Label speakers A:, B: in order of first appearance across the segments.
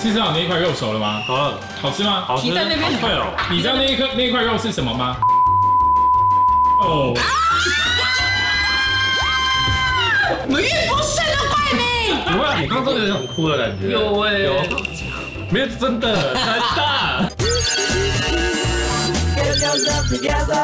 A: 吃到啊你那一块肉熟了吗？
B: 好了，
A: 好吃吗？
B: 好吃，
C: 皮蛋那边
B: 好脆哦。
A: 你知道那一块那一块肉是什么吗？哦，
C: 啊我越不顺都怪你。
B: 不会啊，你刚刚真的有想哭的感觉。
C: 有哎
B: 有，啊欸没有真的，真 的。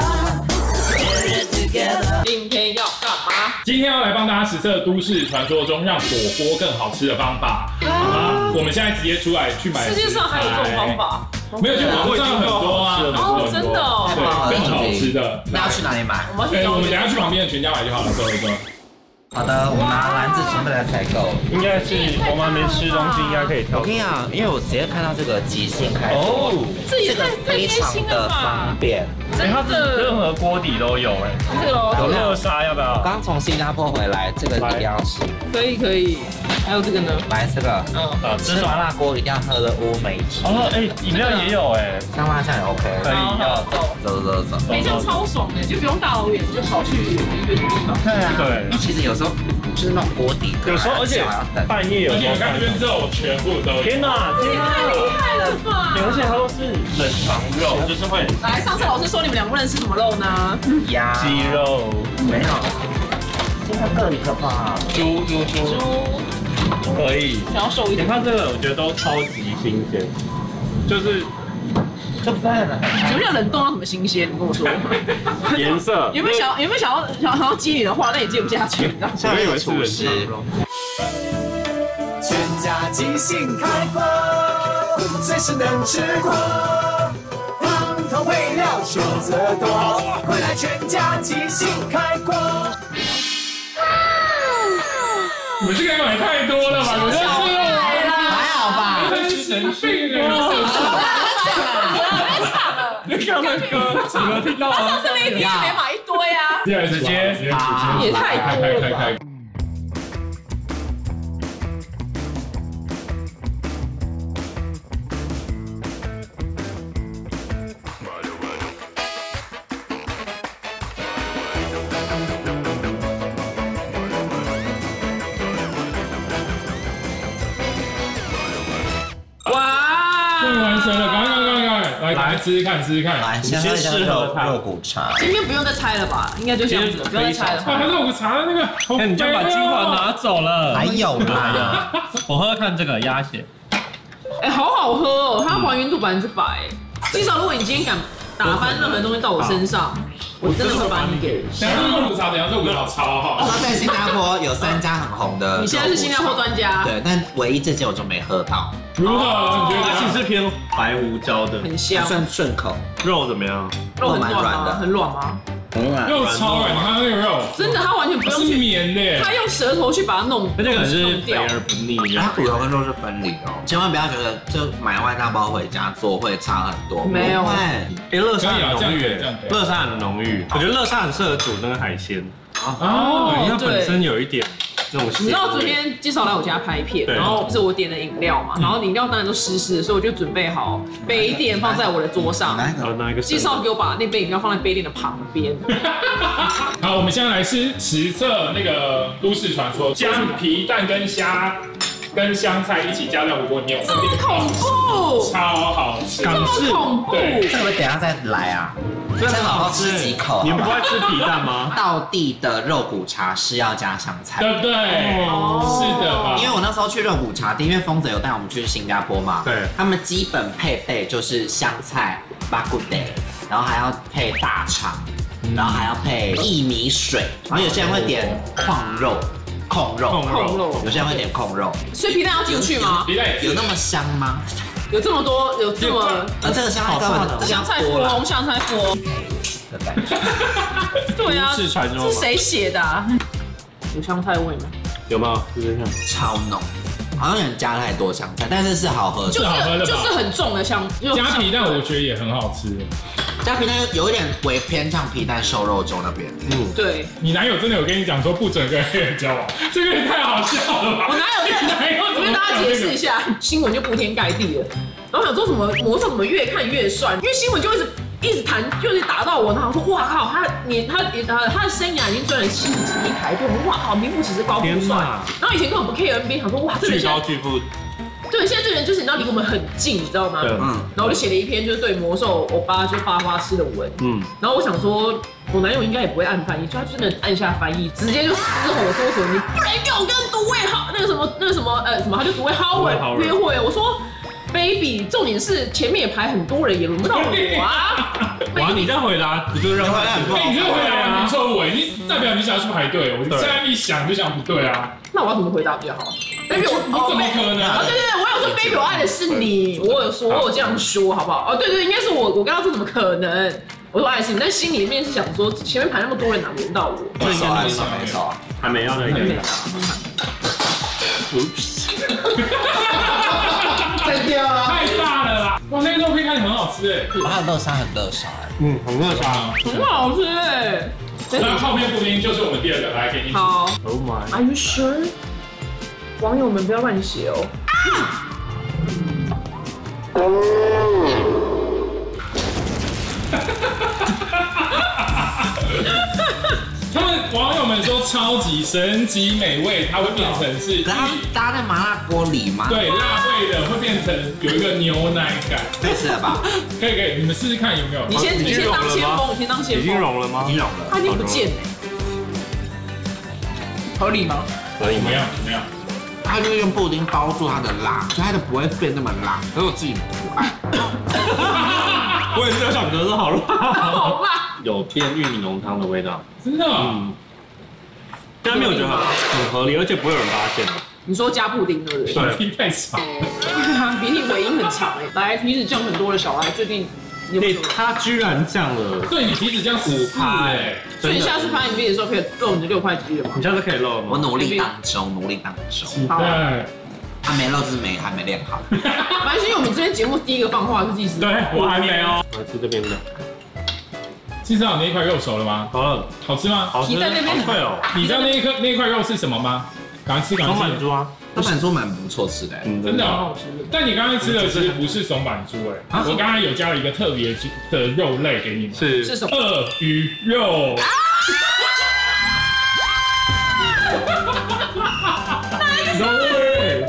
C: 今天要干嘛？
A: 今天要来帮大家实测都市传说中让火锅更好吃的方法，好吗？我们现在直接出来去买。
C: 啊世界上还有这种方？法？
A: 没有，就网上很多啊，很多
C: 哦，
A: 很
C: 真
A: 多
C: 的哦。
A: 对，更好吃的。
D: 那要去哪里买？
C: 我们
A: 哎，
C: 要
A: 我们
C: 去
A: 等一
C: 找
A: 下去旁边的全家买就好了，哥哥。
D: 好的，我拿篮子全部来采购。
B: 应该是我们还没吃东西，应该可以
D: 我
B: 跳
D: 跟。你讲，因为我直接看到这个即兴开锅，
B: 哦，
C: 这也
D: 这个
C: 太太
D: 非
C: 贴
D: 常
C: 心了
D: 的方
C: 吧？
D: 便。
B: 哎，
C: 真
B: 它是任
C: 的，
B: 何锅底都有哎，
C: 这个哦
B: 有
C: 咯，
B: 热沙要不
D: 我
B: 要？
D: 刚从新加坡回来，这个一定要吃。
C: 可以可以。还有这个呢，
D: 来这个，
C: 嗯，
B: 啊，芝
D: 吃麻
B: 麻。
D: 辣锅一定要喝的乌梅汁，
B: 哦，哎，饮料也有哎，
D: 香辣酱也 OK。
B: 可以
C: 好好
B: 要。
C: 走。
D: 走走走。
C: 哎，这样超爽的，就不用大老远，就跑去远远的地方。
D: 对啊，
B: 对
D: 那其实有时候就是那种锅底，
B: 有时候而且
D: 还要等。
B: 半夜有
A: 而
B: 时
A: 且
B: 候
A: 我看这边肉全部都有。
B: 天哪，天
C: 太
B: 哪！
C: 厉害了吧！
B: 而且它都是冷藏肉，就是会
C: 来，哎上次老师说你们两个人吃什么肉呢？
D: 鸭
B: 鸡肉、
D: 没有，现在各一个吧。
B: 猪猪猪
C: 猪，
B: 可以。
C: 哦想要瘦一
B: 你
C: 点。
B: 看这个，我觉得都超级新鲜，就是
D: 就饭了。
C: 请问冷冻要什么新鲜？你跟我说。
B: 颜色。
C: 有没有想有没有想要想想要接你的话，那也接不下去，你知道吗？
B: 我以为是
D: 厨
B: 冷
D: 师
B: 藏。
E: 全家即兴开锅，随时能吃锅，汤头配料选择多，快来全家即兴开锅。
A: 你们这个买太多了吧？我这吃肉
C: 来啦，
D: 还好吧？
A: 真是神病啊！那个那个，你们听到吗？
C: 这边一定没买一堆啊。
A: 直接直接
D: 啊
C: 也太
A: 开开开开。
C: 哇！
A: 终于完成了，赶快赶快赶快，来来吃吃看吃吃看。
D: 来，先喝一下
B: 你先试喝
D: 肉
B: 它
D: 肉骨茶。
C: 今天不用再猜了吧？应该就这样子了，不用再猜
A: 哇，啊还
C: 了。
A: 是我茶的那个，好
B: 哎那你就把
A: 肥哦
B: 精华拿走了。
D: 还 有啦，
B: 我喝喝看这个鸭血，
C: 哎，好好喝哦，它还原度百分之百。至少如果你今天敢打翻任何东西到我身上，啊我真的会把你给。
A: 等一下这个苦茶，等一下这个苦茶超好。
D: 他在新加坡有三家很红的。
C: 哦你现在是新加坡专家，
D: 对，但唯一这间我就没喝到，
A: 如何？你觉
B: 哦
A: 得
B: 它其实是偏白胡椒的
C: 很
D: 还
C: 香，
D: 算顺口，
B: 肉怎么样？
C: 肉很
D: 蛮
C: 软
D: 软
C: 吗？
D: 的
C: 很软吗？
D: 很软。
A: 肉超软，你看它那个肉，
C: 真的，它完全不
A: 它
C: 用
A: 是
C: 去，
A: 绵的。
C: 它用舌头去把它弄，
B: 那这个是
C: 弄
B: 肥
C: 掉。
B: 而不腻啊这
D: 它
B: 样。
D: 骨头跟肉是分离哦，千万不要觉得就买外大包回家做会差很多。
C: 没有
D: 不会
B: 哎，乐
A: 可
B: 沙
A: 以啊，
B: 很
A: 这样可
B: 浓郁
A: 以，这样
B: 哎，
A: 可以。
B: 乐沙很浓郁。我觉得乐沙很适合煮那个海鲜，
A: 哦，
B: 因为它
C: 对
B: 本身有一点那种
C: 你知道
B: 咸
C: 昨
B: 味。
C: 天介绍来我家拍片，
B: 对
C: 然后就是我点的饮料嘛，然后饮料当然都湿湿的，所以我就准备好杯垫放在我的桌上。
D: 来
B: 然后拿一个
C: 介绍给我把那杯饮料放在杯垫的旁 边，
A: 好，我们现在来吃实测那个都市传说，将皮蛋跟虾跟香菜一起加在火锅里面，
C: 这么恐怖，
A: 超好吃。
C: 这
B: 港
C: 么
B: 式，
C: 恐怖，
A: 对
D: 这个等一下再来啊，
B: 真的
D: 先好
B: 好
D: 好
B: 吃
D: 吃几
C: 啊
D: 口。
B: 你们不爱吃皮蛋 吗？
D: 道地的肉骨茶是要加香菜。
A: 对不对？
C: 哦
A: 是的吧？
D: 因为我那时候去肉骨茶店，因为丰泽有带我们去新加坡嘛，
B: 对
D: 他们基本配备就是香菜、巴古德，然后还要配大肠，然后还要配薏米水，然后有些人会点控肉、控肉，
C: 控肉
D: 有些人会点控肉，
C: 所以皮蛋要进去吗？
A: 皮蛋也
D: 有
A: 是
D: 那么香吗？
C: 有这么多，有这么
D: 而这个香菜根本
C: 香菜
D: 多
C: 锅、
D: 了
C: 红香菜 锅，
D: 的感觉，
C: 对啊，
B: 都市传说嘛
C: 这是谁写的啊？有香菜味吗？
B: 有没有？就是这样。
D: 超浓，好像有点加太多香菜，但是是好喝的
C: 就。
A: 是好喝
C: 是
A: 的吧
C: 就是很重的香，就
A: 加皮蛋，我觉得也很好吃。
D: 加皮蛋有一点微偏向皮蛋瘦肉粥那边，
B: 嗯，
C: 对，
A: 你男友真的有跟你讲说不准跟黑人交往， 这个也太好笑了吧？
C: 我哪有
A: 你男友
C: 我
A: 怎么
C: 跟大家
A: 讲
C: 解
A: 这
C: 释一
A: 个？
C: 下，新闻就铺天盖地了。然后想说什么魔兽怎么越看越帅，因为新闻就一直一直谈，就是打到我，然后我说哇靠，他你他呃他的生涯已经赚了七十几亿台币，我们哇靠，名副其实高富
B: 天
C: 帅
B: 哪。
C: 然后以前根本不 care NBA，想说哇这
B: 巨
C: 个人现
B: 高
C: 在
B: 巨富
C: 对，现在这个人就是你知道离我们很近，你知道吗？
B: 对
C: 然
D: 嗯，
C: 后我就写了一篇就是对魔兽欧巴就发花痴的文，
B: 嗯，
C: 然后我想说，我男友应该也不会按翻译，就他就真的按下翻译，直接就嘶吼说什 么你不哎然给我跟独卫好那个什么那个什么呃什么，他就独卫 Howard
B: Howard
C: 约会，我说 baby，重点是前面也排很多人，也轮不到我 啊。
B: 哇，你这样回答
D: 嗯
B: 不就让
D: 要不
B: 他
D: 然很不好
A: 哎，你这回答
B: 对
A: 完
B: 啊
A: 全错误哎，你代表你想要去排队，我
B: 对
A: 现在一想就想不对啊，
C: 那我要怎么回答比较好？baby，我
A: 你怎么
C: 哦
A: 可
C: 哦，
A: 能？
C: 对对对，我有说 baby，我爱的是你，我有说，我有这样说，好不好？哦，对对，应该是我，我跟他说怎么可能？我说我爱哎的是你，但心里面是想说，前面排那么多人，哪轮到我？
D: 没手啊，手没手，
B: 还没要那
C: 还没
B: 个
C: 啊，
B: 嗯
C: 哦
F: 再掉啊！
A: 太大了啦！哇，那个肉片看起来很好吃哎，
D: 他的乐沙很乐沙哎，
B: 嗯，很热
A: 对吧？
C: 很好吃哎。
A: 那泡面布丁就是我们第二个，来给你。
C: 好
B: Oh my，
C: ，Are you sure？网友们不要乱写哦。
A: 他们网友们说超级神级美味，它会变成是一
D: 可是他们搭在麻辣锅里吗？，
A: 对辣味的会变成有一个牛奶感，
D: 太吃了吧？
A: 可以可以，你们试试看有没有？
C: 你先，你先当先锋，你先当先
B: 已经
C: 锋。
B: 融了吗？
D: 已经融了，
C: 他已经不见了，合理吗？
B: 可以
A: 怎
B: 吗
A: 么？样？怎么样？
D: 他就用布丁包住它的辣，所以它就不会变那么辣。可是我自己不爱，
B: 我也是有想得是好了，
C: 好啦，
B: 有变玉米浓汤的味道。
A: 真的哦？
B: 嗯，但没有觉得很很合理，而且不会有人发现的。
C: 你说加布丁对不对？
B: 对
A: 鼻涕太少。
C: 鼻涕尾音很长哎，来，鼻子降很多的小孩最近有没
B: 对，
C: 有？
B: 它居然降了，
A: 对你鼻子这样五趴哎，
C: 所以下次拍影片的时候可以露你的六块肌了吗？
B: 你下次可以露了
D: 我
B: 吗？
D: 努力当中，努力当中，
A: 期待。
D: 他没露是没还没练好。
C: 反正因为我们这边节目第一个放话是技师，
A: 对，我还没哦。
B: 我来吃这边的，
A: 其实好，啊那一块肉熟了吗？
B: 好了，
A: 好吃吗？
B: 好吃，
C: 皮蛋那边
B: 好脆哦，
A: 你知道那一颗那一块肉是什么吗？赶快吃，赶
B: 松
A: 快
B: 满
A: 吃。
B: 珠啊，
D: 他们说蛮不错吃的，欸
B: 嗯
A: 真的
C: 蛮
A: 哦
C: 好吃的。
A: 但你刚才吃的其实不是松板猪哎、
D: 啊
A: 我刚才有加了一个特别的肉类给你们，
C: 是
B: 是
C: 什么？
A: 鳄鱼肉。
B: No way，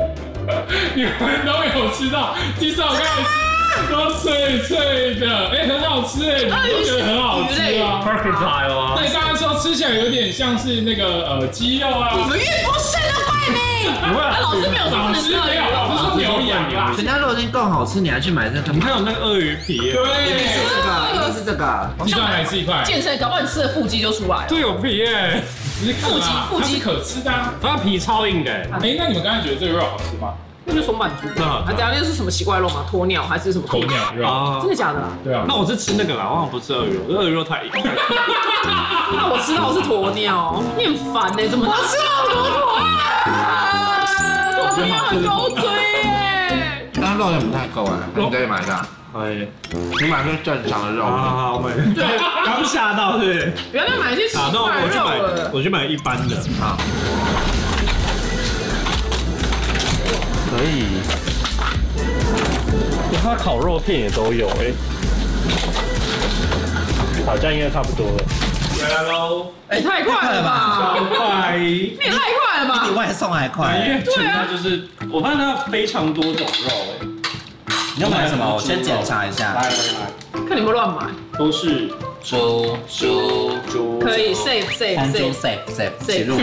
A: 你们都有吃到，至少刚才吃都脆脆的，哎、很好吃哎、你都觉得很好吃啊。
B: ，Crocodile 啊，
A: 对，刚才说吃起来有点像是那个呃鸡肉
C: 你
A: 啊，
C: 们越不是的怪美。
B: 不会
C: 那
B: 啊，
C: 老师没有说不
A: 老
C: 能吃
A: 师
C: 到
A: 没有，老师说牛羊
C: 啊
A: 啦。
D: 人家肉已经够好吃，你还去买这个
B: 你？看有那个鳄鱼皮耶，
D: 一定是
A: 对，
D: 这个，一定是这个。
A: 你上来吃一块，
C: 健身，搞不好你吃了腹肌就出来了。
B: 这有皮耶，
A: 欸你看啊
C: 腹
A: 它
C: 肌腹肌
A: 是可吃的啊。
B: 它皮超硬的耶，欸
A: 哎、那你们刚才觉得这个肉好吃吗？
C: 那就松板猪。
B: 那好
C: 啊，等一下那是什么奇怪肉吗？鸵鸟还是什么？
A: 鸵鸟肉，
B: 啊
C: 真的假的啊？
A: 对啊。
B: 那我是吃那个啦，我好像不吃鳄鱼肉，鳄鱼肉太硬。
C: 啊那我吃到的是鸵鸟，你很烦呢、怎么我吃到鸵鸟啊？鸵鸟很狗嘴欸耶、
D: 刚刚肉也不太够啊，你可以买一下，
B: 哎，
D: 你买是正常的肉
B: 好。好好，我买。对，刚吓到是不是？
C: 不要再买一些奇
B: 啊，那我
C: 怪
B: 我去
C: 肉
B: 买，
C: 了。
B: 我去买一般的。
D: 好，
B: 可以。它烤肉片也都有哎、好像应该差不多了。来喽，
C: 哎、太快了吧！
B: 快！
C: 你也太快了吧
D: 比！外送还快。
B: 因为全家就是，我发现它非常多种肉哎、
D: 你要买什么？我先检查一下。
B: 来来来，
C: 看你有没有乱买，
B: 都是
D: 猪猪
B: 猪，
C: 可以 save save
D: 三猪
C: save。
D: safe safe 起入。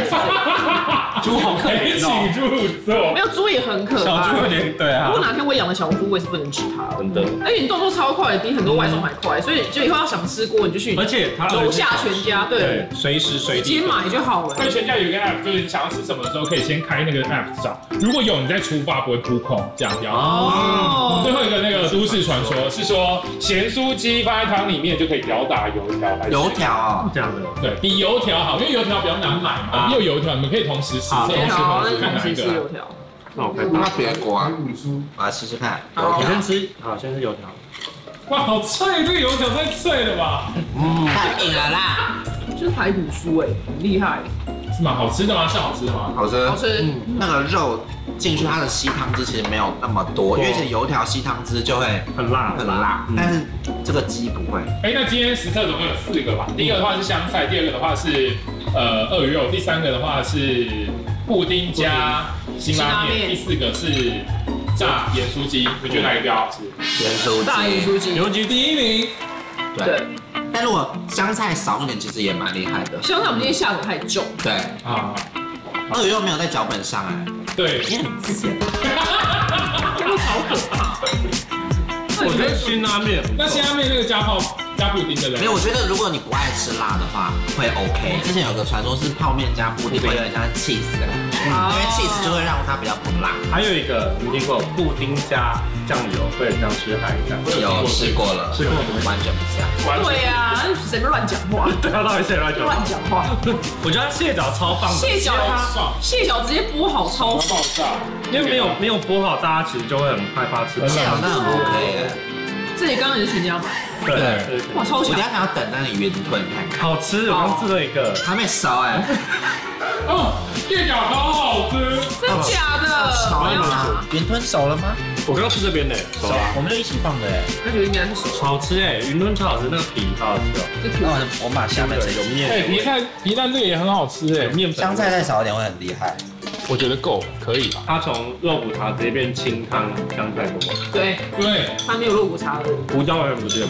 B: 猪好可
A: 哎
B: 怜哦
A: 请入座
C: 没。有猪也很可
B: 小
C: 怕
B: 猪。有点对
C: 如
B: 啊
C: 果，哪天我养了小猪，我也是不能吃它。
B: 真的。
C: 而且你动作超快，比很多外送还快，所以就以后要想吃锅，你就去
B: 而且它
C: 楼下全家，对，
B: 对，随时随
C: 直接
B: 地。
C: 买就好了
A: 所。以全家有一个 app，就是你想要吃什么的时候，可以先开那个 app 找。如果有，你再出发不会扑空，这样比较好。
C: 哦
A: 最，后一个那个都市传说是说，咸酥鸡放在汤里面就可以吊打油条来吃
D: 油条哦，
B: 这样的，
A: 对比油条好，因为油条比较难买嘛。
B: 啊
A: 你有油条，你们可以同时吃，
B: 好
A: 这
C: 油
A: 种
C: 条，
A: 好
C: 那
A: 吃
C: 你
A: 看
C: 同
A: 哪一
C: 时吃
A: 个
C: 油
A: 啊？
C: 条。
B: 那我开
D: 那
B: 打。
D: 别国啊，我来试试看。油
B: 我
D: 条
B: 先吃，好，先吃油条。
A: 哇，好脆，这个油条太脆了吧？
D: 太硬了啦，
C: 就是排骨酥哎、很厉害，
A: 是吗？好吃的吗？是好吃的吗？
D: 好吃
C: 好。吃。
D: 那个肉进去它的吸汤汁其实没有那么多，因为这油条吸汤汁就会
B: 很辣，嗯
D: 很辣，但是这个鸡不会。
A: 哎，那今天实测总共有四个吧？第一个的话是香菜，第二个的话是呃鳄鱼肉，第三个的话是布丁加辛拉
C: 辛拉面
A: 面，第四个是炸盐酥鸡，你觉得哪个比较好吃？
D: 盐酥
C: 大盐
D: 鸡，
C: 酥鸡，
A: 牛鸡第一名，
D: 对。
C: 对，
D: 但如果香菜少一点，其实也蛮厉害的。
C: 香菜我们今天下午太重，
D: 对，
A: 啊，
D: 二又没有在脚本上哎，
A: 对，
D: 你很贱。
C: 这个好可怕。
B: 我觉得辛拉面
A: 那辛拉面那个加泡加布丁的
D: 没
A: 人
D: 有，我觉得如果你不爱吃辣的话，会 OK。之前有个传说是泡面加布丁会有点像 cheese，的感觉因为 cheese 就会让它比较不辣。
B: 还有一个你听过布丁加酱油会很像吃海胆，
D: 有试过了，
B: 试过了
D: 完全不像。
A: 完全
C: 对呀，谁不乱讲话？
B: 对啊，到底谁来讲？
C: 乱讲话。
B: 我觉得蟹脚超棒的，
C: 蟹脚
A: 爽，
C: 蟹脚直接剥好超
A: 爆炸，
B: 因为没有没有剥好，大家其实就会很害怕吃。嗯
D: 蟹脚那很 OK 哎，
C: 这里刚刚也是全家买，
B: 对，
C: 哇，超
D: 我
C: 强
D: 等一！下还要等那个云吞看看，
B: 好吃，我刚吃了一个，
D: 还没熟哎，
A: 哦，蟹脚好好吃，
C: 真的假的？
D: 熟
C: 我
D: 了
C: 要拿
D: 吗？云吞熟了吗？
B: 我刚刚吃这边的，
D: 我们就一起放的哎。
C: 那就应该是熟
B: 好吃哎，云吞超好吃，那个皮好好吃哦，
C: 这
D: 那
C: 个
D: 我我把下面这
B: 有
D: 个
A: 哎，皮
B: 面，
A: 蛋皮蛋这个也很好吃哎
B: 有，面粉，
D: 香菜再少一点会很厉害。
A: 我觉得够可以吧？
B: 它从肉骨茶直接变清汤香菜锅，
C: 对，
A: 对，
C: 它没有肉骨茶的，
B: 胡椒完全不见了。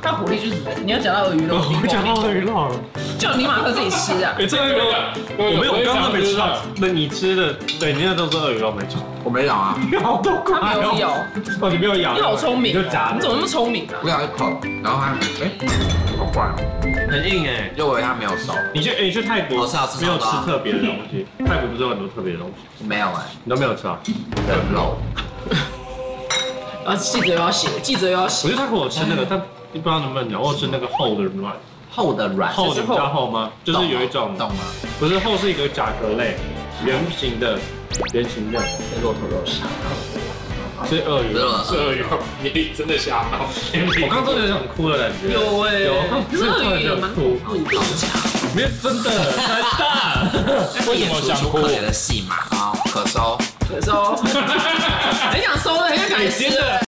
C: 但火力就是你要讲到鳄鱼肉，
B: 我讲到鱼肉了，
C: 叫你马克自己吃 啊！
B: 哎，这个我没有，我刚刚没吃到。那你吃的，对，你那都是鳄鱼肉没错。
D: 我没咬啊，
B: 你好多块
C: 他没有咬，
B: 哦，你没有咬，
C: 你好聪明
B: 你
C: 哦，
B: 就夹
C: 你
B: 着
C: 怎，么那么聪明啊？
D: 我咬一口，然后它哎，好怪哦，
B: 很硬哎。
D: 就我以为它没有熟，
B: 你去，哎你去泰国，
D: 好吃好吃
B: 没有吃
D: 好吃
B: 特别的东西，泰国不是有很多特别的东西，
D: 没有哎，
B: 你都没有吃啊？
D: 很肉。
C: 然后啊记者又要写，记者又要写
B: 我，去泰国有吃那
D: 嗯
B: 个，但不知道能不能讲，我有吃那个厚的软，
D: 厚的软，
B: 厚的
C: 是
B: 比
C: 厚
B: 较厚吗？就是有一种，
D: 懂吗？
B: 不是厚是一个甲壳类，圆形的，圆形的，
D: 跟骆驼肉沙，
B: 是鳄鱼。
A: 是鳄鱼肉，你真的吓到，
B: 我刚刚真的是很哭的感觉，
C: 有哎，
B: 有，
C: 可是鳄鱼也蛮
B: 哭，
C: 鳄鱼好强，
B: 没有真的，太大，
A: 为什么想哭
D: 可怜的戏嘛，好，可收。
C: 可是哦，很想收了，很想赶紧吃了。